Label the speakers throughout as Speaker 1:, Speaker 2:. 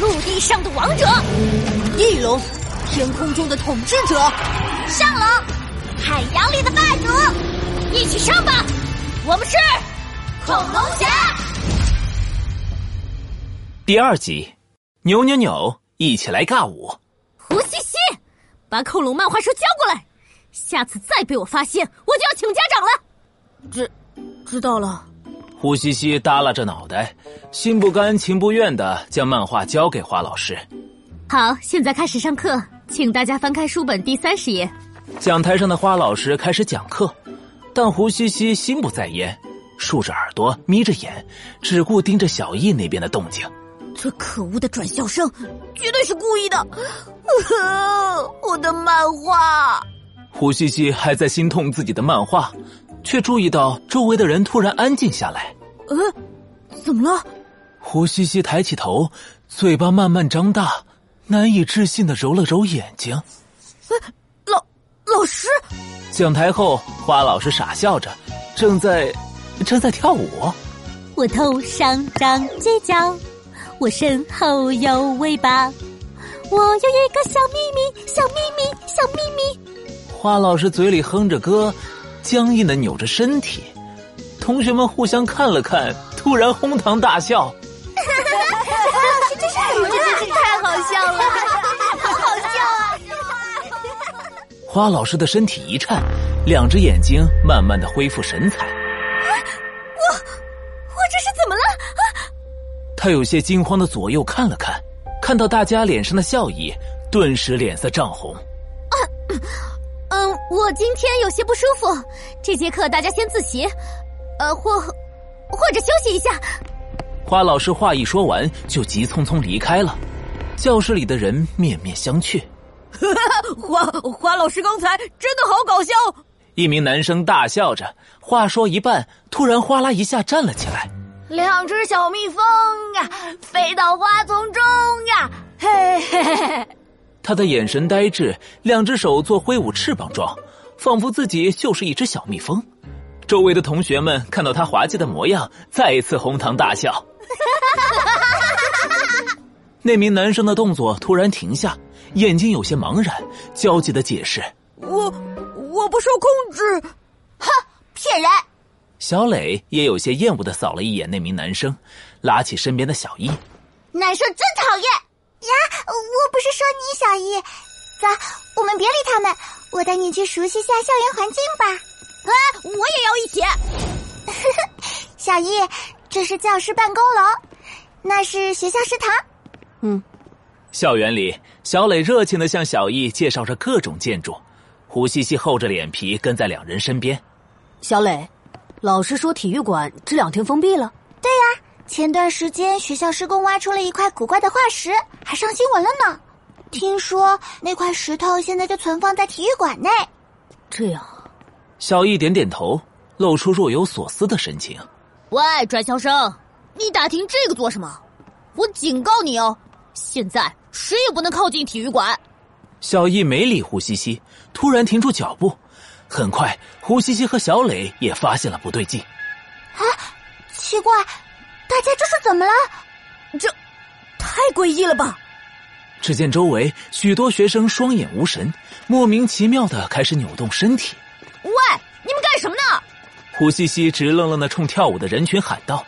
Speaker 1: 陆地上的王者，
Speaker 2: 翼龙，天空中的统治者，
Speaker 1: 上龙，海洋里的霸主，一起上吧！我们是恐龙侠。
Speaker 3: 第二集，扭扭扭，一起来尬舞。
Speaker 1: 胡西西，把恐龙漫画书交过来，下次再被我发现，我就要请家长了。
Speaker 2: 知知道了。
Speaker 3: 胡西西耷拉着脑袋，心不甘情不愿的将漫画交给花老师。
Speaker 1: 好，现在开始上课，请大家翻开书本第三十页。
Speaker 3: 讲台上的花老师开始讲课，但胡西西心不在焉，竖着耳朵，眯着眼，只顾盯着小易那边的动静。
Speaker 2: 这可恶的转校生，绝对是故意的！ 我的漫画！
Speaker 3: 胡西西还在心痛自己的漫画。却注意到周围的人突然安静下来。
Speaker 2: 呃，怎么了？
Speaker 3: 胡西西抬起头，嘴巴慢慢张大，难以置信的揉了揉眼睛。
Speaker 2: 呃、老老师，
Speaker 3: 讲台后，花老师傻笑着，正在正在跳舞。
Speaker 1: 我头上长犄角，我身后有尾巴，我有一个小秘密，小秘密，小秘密。
Speaker 3: 花老师嘴里哼着歌。僵硬的扭着身体，同学们互相看了看，突然哄堂大笑。
Speaker 2: 这真是我真的是嗯 太好笑了，好好
Speaker 1: 笑啊！
Speaker 3: 花老师的身体一颤，两只眼睛慢慢的恢复神采。
Speaker 2: 啊、我我这是怎么了？啊！
Speaker 3: 他有些惊慌的左右看了看，看到大家脸上的笑意，顿时脸色涨红。
Speaker 1: 啊！ 嗯，我今天有些不舒服，这节课大家先自习，呃，或或者休息一下。
Speaker 3: 花老师话一说完，就急匆匆离开了。教室里的人面面相觑。
Speaker 2: 花花老师刚才真的好搞笑！
Speaker 3: 一名男生大笑着，话说一半，突然哗啦一下站了起来。
Speaker 4: 两只小蜜蜂啊，飞到花丛中啊，嘿嘿嘿。
Speaker 3: 他的眼神呆滞，两只手做挥舞翅膀状，仿佛自己就是一只小蜜蜂。周围的同学们看到他滑稽的模样，再一次哄堂大笑。那名男生的动作突然停下，眼睛有些茫然，焦急的解释：“
Speaker 2: 我我不受控制。”
Speaker 4: 哼，骗人！
Speaker 3: 小磊也有些厌恶的扫了一眼那名男生，拉起身边的小易：“
Speaker 4: 男生真讨厌。”
Speaker 5: 呀，我不是说你，小易，走，我们别理他们，我带你去熟悉下校园环境吧。
Speaker 4: 啊，我也要一起。
Speaker 5: 小易，这是教师办公楼，那是学校食堂。
Speaker 2: 嗯，
Speaker 3: 校园里，小磊热情的向小易介绍着各种建筑，胡西西厚着脸皮跟在两人身边。
Speaker 2: 小磊，老师说体育馆这两天封闭了。
Speaker 5: 对呀、啊。前段时间，学校施工挖出了一块古怪的化石，还上新闻了呢。听说那块石头现在就存放在体育馆内。
Speaker 2: 这样，
Speaker 3: 小易点点头，露出若有所思的神情。
Speaker 4: 喂，转校生，你打听这个做什么？我警告你哦，现在谁也不能靠近体育馆。
Speaker 3: 小易没理胡西西，突然停住脚步。很快，胡西西和小磊也发现了不对劲。
Speaker 5: 啊，奇怪！大家这是怎么了？
Speaker 2: 这太诡异了吧！
Speaker 3: 只见周围许多学生双眼无神，莫名其妙的开始扭动身体。
Speaker 4: 喂，你们干什么呢？
Speaker 3: 胡西西直愣愣的冲跳舞的人群喊道，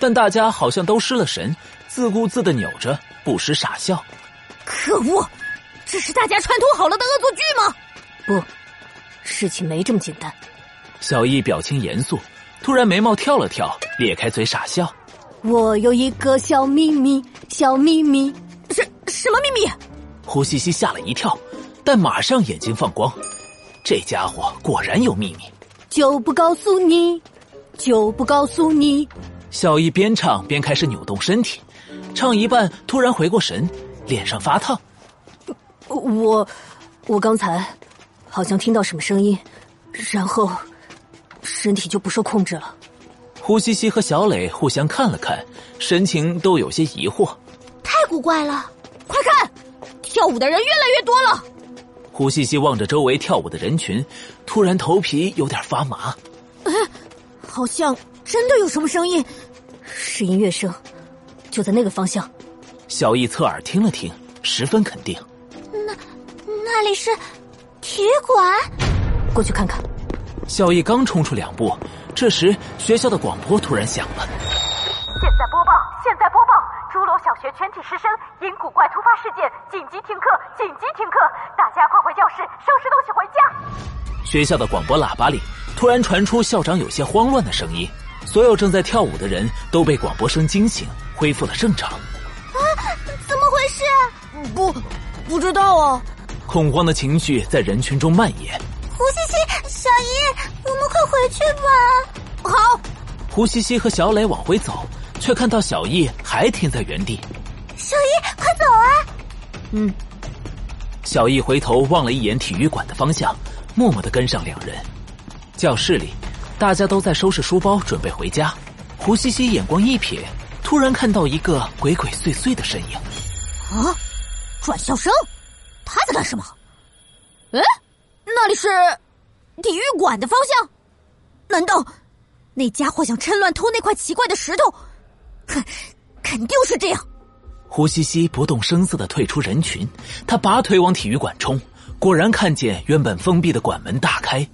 Speaker 3: 但大家好像都失了神，自顾自的扭着，不时傻笑。
Speaker 2: 可恶！
Speaker 4: 这是大家串通好了的恶作剧吗？
Speaker 2: 不，事情没这么简单。
Speaker 3: 小易表情严肃，突然眉毛跳了跳，咧开嘴傻笑。
Speaker 2: 我有一个小秘密，小秘密，
Speaker 4: 什什么秘密？
Speaker 3: 胡西西吓了一跳，但马上眼睛放光，这家伙果然有秘密，
Speaker 2: 就不告诉你，就不告诉你。
Speaker 3: 小易边唱边开始扭动身体，唱一半突然回过神，脸上发烫。
Speaker 2: 我，我刚才好像听到什么声音，然后身体就不受控制了。
Speaker 3: 胡西西和小磊互相看了看，神情都有些疑惑。
Speaker 5: 太古怪了！
Speaker 4: 快看，跳舞的人越来越多了。
Speaker 3: 胡西西望着周围跳舞的人群，突然头皮有点发麻。
Speaker 2: 哎，好像真的有什么声音，是音乐声，就在那个方向。
Speaker 3: 小易侧耳听了听，十分肯定。
Speaker 5: 那里是体育馆，
Speaker 2: 过去看看。
Speaker 3: 小易刚冲出两步，这时学校的广播突然响了。
Speaker 6: 现在播报，现在播报！朱楼小学全体师生因古怪突发事件紧急停课，紧急停课！大家快回教室收拾东西回家。
Speaker 3: 学校的广播喇叭里突然传出校长有些慌乱的声音，所有正在跳舞的人都被广播声惊醒，恢复了正常。
Speaker 5: 怎么回事？
Speaker 4: 不，不知道啊。
Speaker 3: 恐慌的情绪在人群中蔓延。
Speaker 5: 胡西西，小姨，我们快回去吧。
Speaker 4: 好，
Speaker 3: 胡西西和小磊往回走，却看到小易还停在原地。嗯
Speaker 5: 小姨，快走啊！
Speaker 3: 小易回头望了一眼体育馆的方向，默默的跟上两人。教室里，大家都在收拾书包准备回家。胡西西眼光一瞥，突然看到一个鬼鬼祟祟的身影。
Speaker 4: 啊，转校生，他在干什么？哎，那里是体育馆的方向？难道那家伙想趁乱偷那块奇怪的石头？哼，肯定是这样。
Speaker 3: 胡西西不动声色的退出人群，他拔腿往体育馆冲，果然看见原本封闭的馆门大开，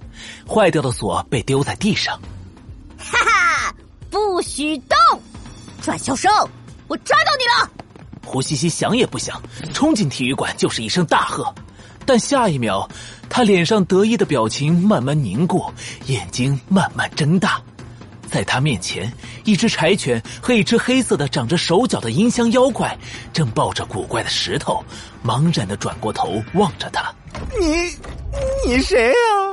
Speaker 3: 坏掉的锁被丢在地上。
Speaker 4: 哈哈，不许动！转校生，我抓到你了！
Speaker 3: 胡西西想也不想，冲进体育馆就是一声大喝，但下一秒，他脸上得意的表情慢慢凝固，眼睛慢慢睁大。在他面前，一只柴犬和一只黑色的长着手脚的音箱妖怪，正抱着古怪的石头，茫然的转过头望着他。
Speaker 7: 你谁呀、
Speaker 4: 哎啊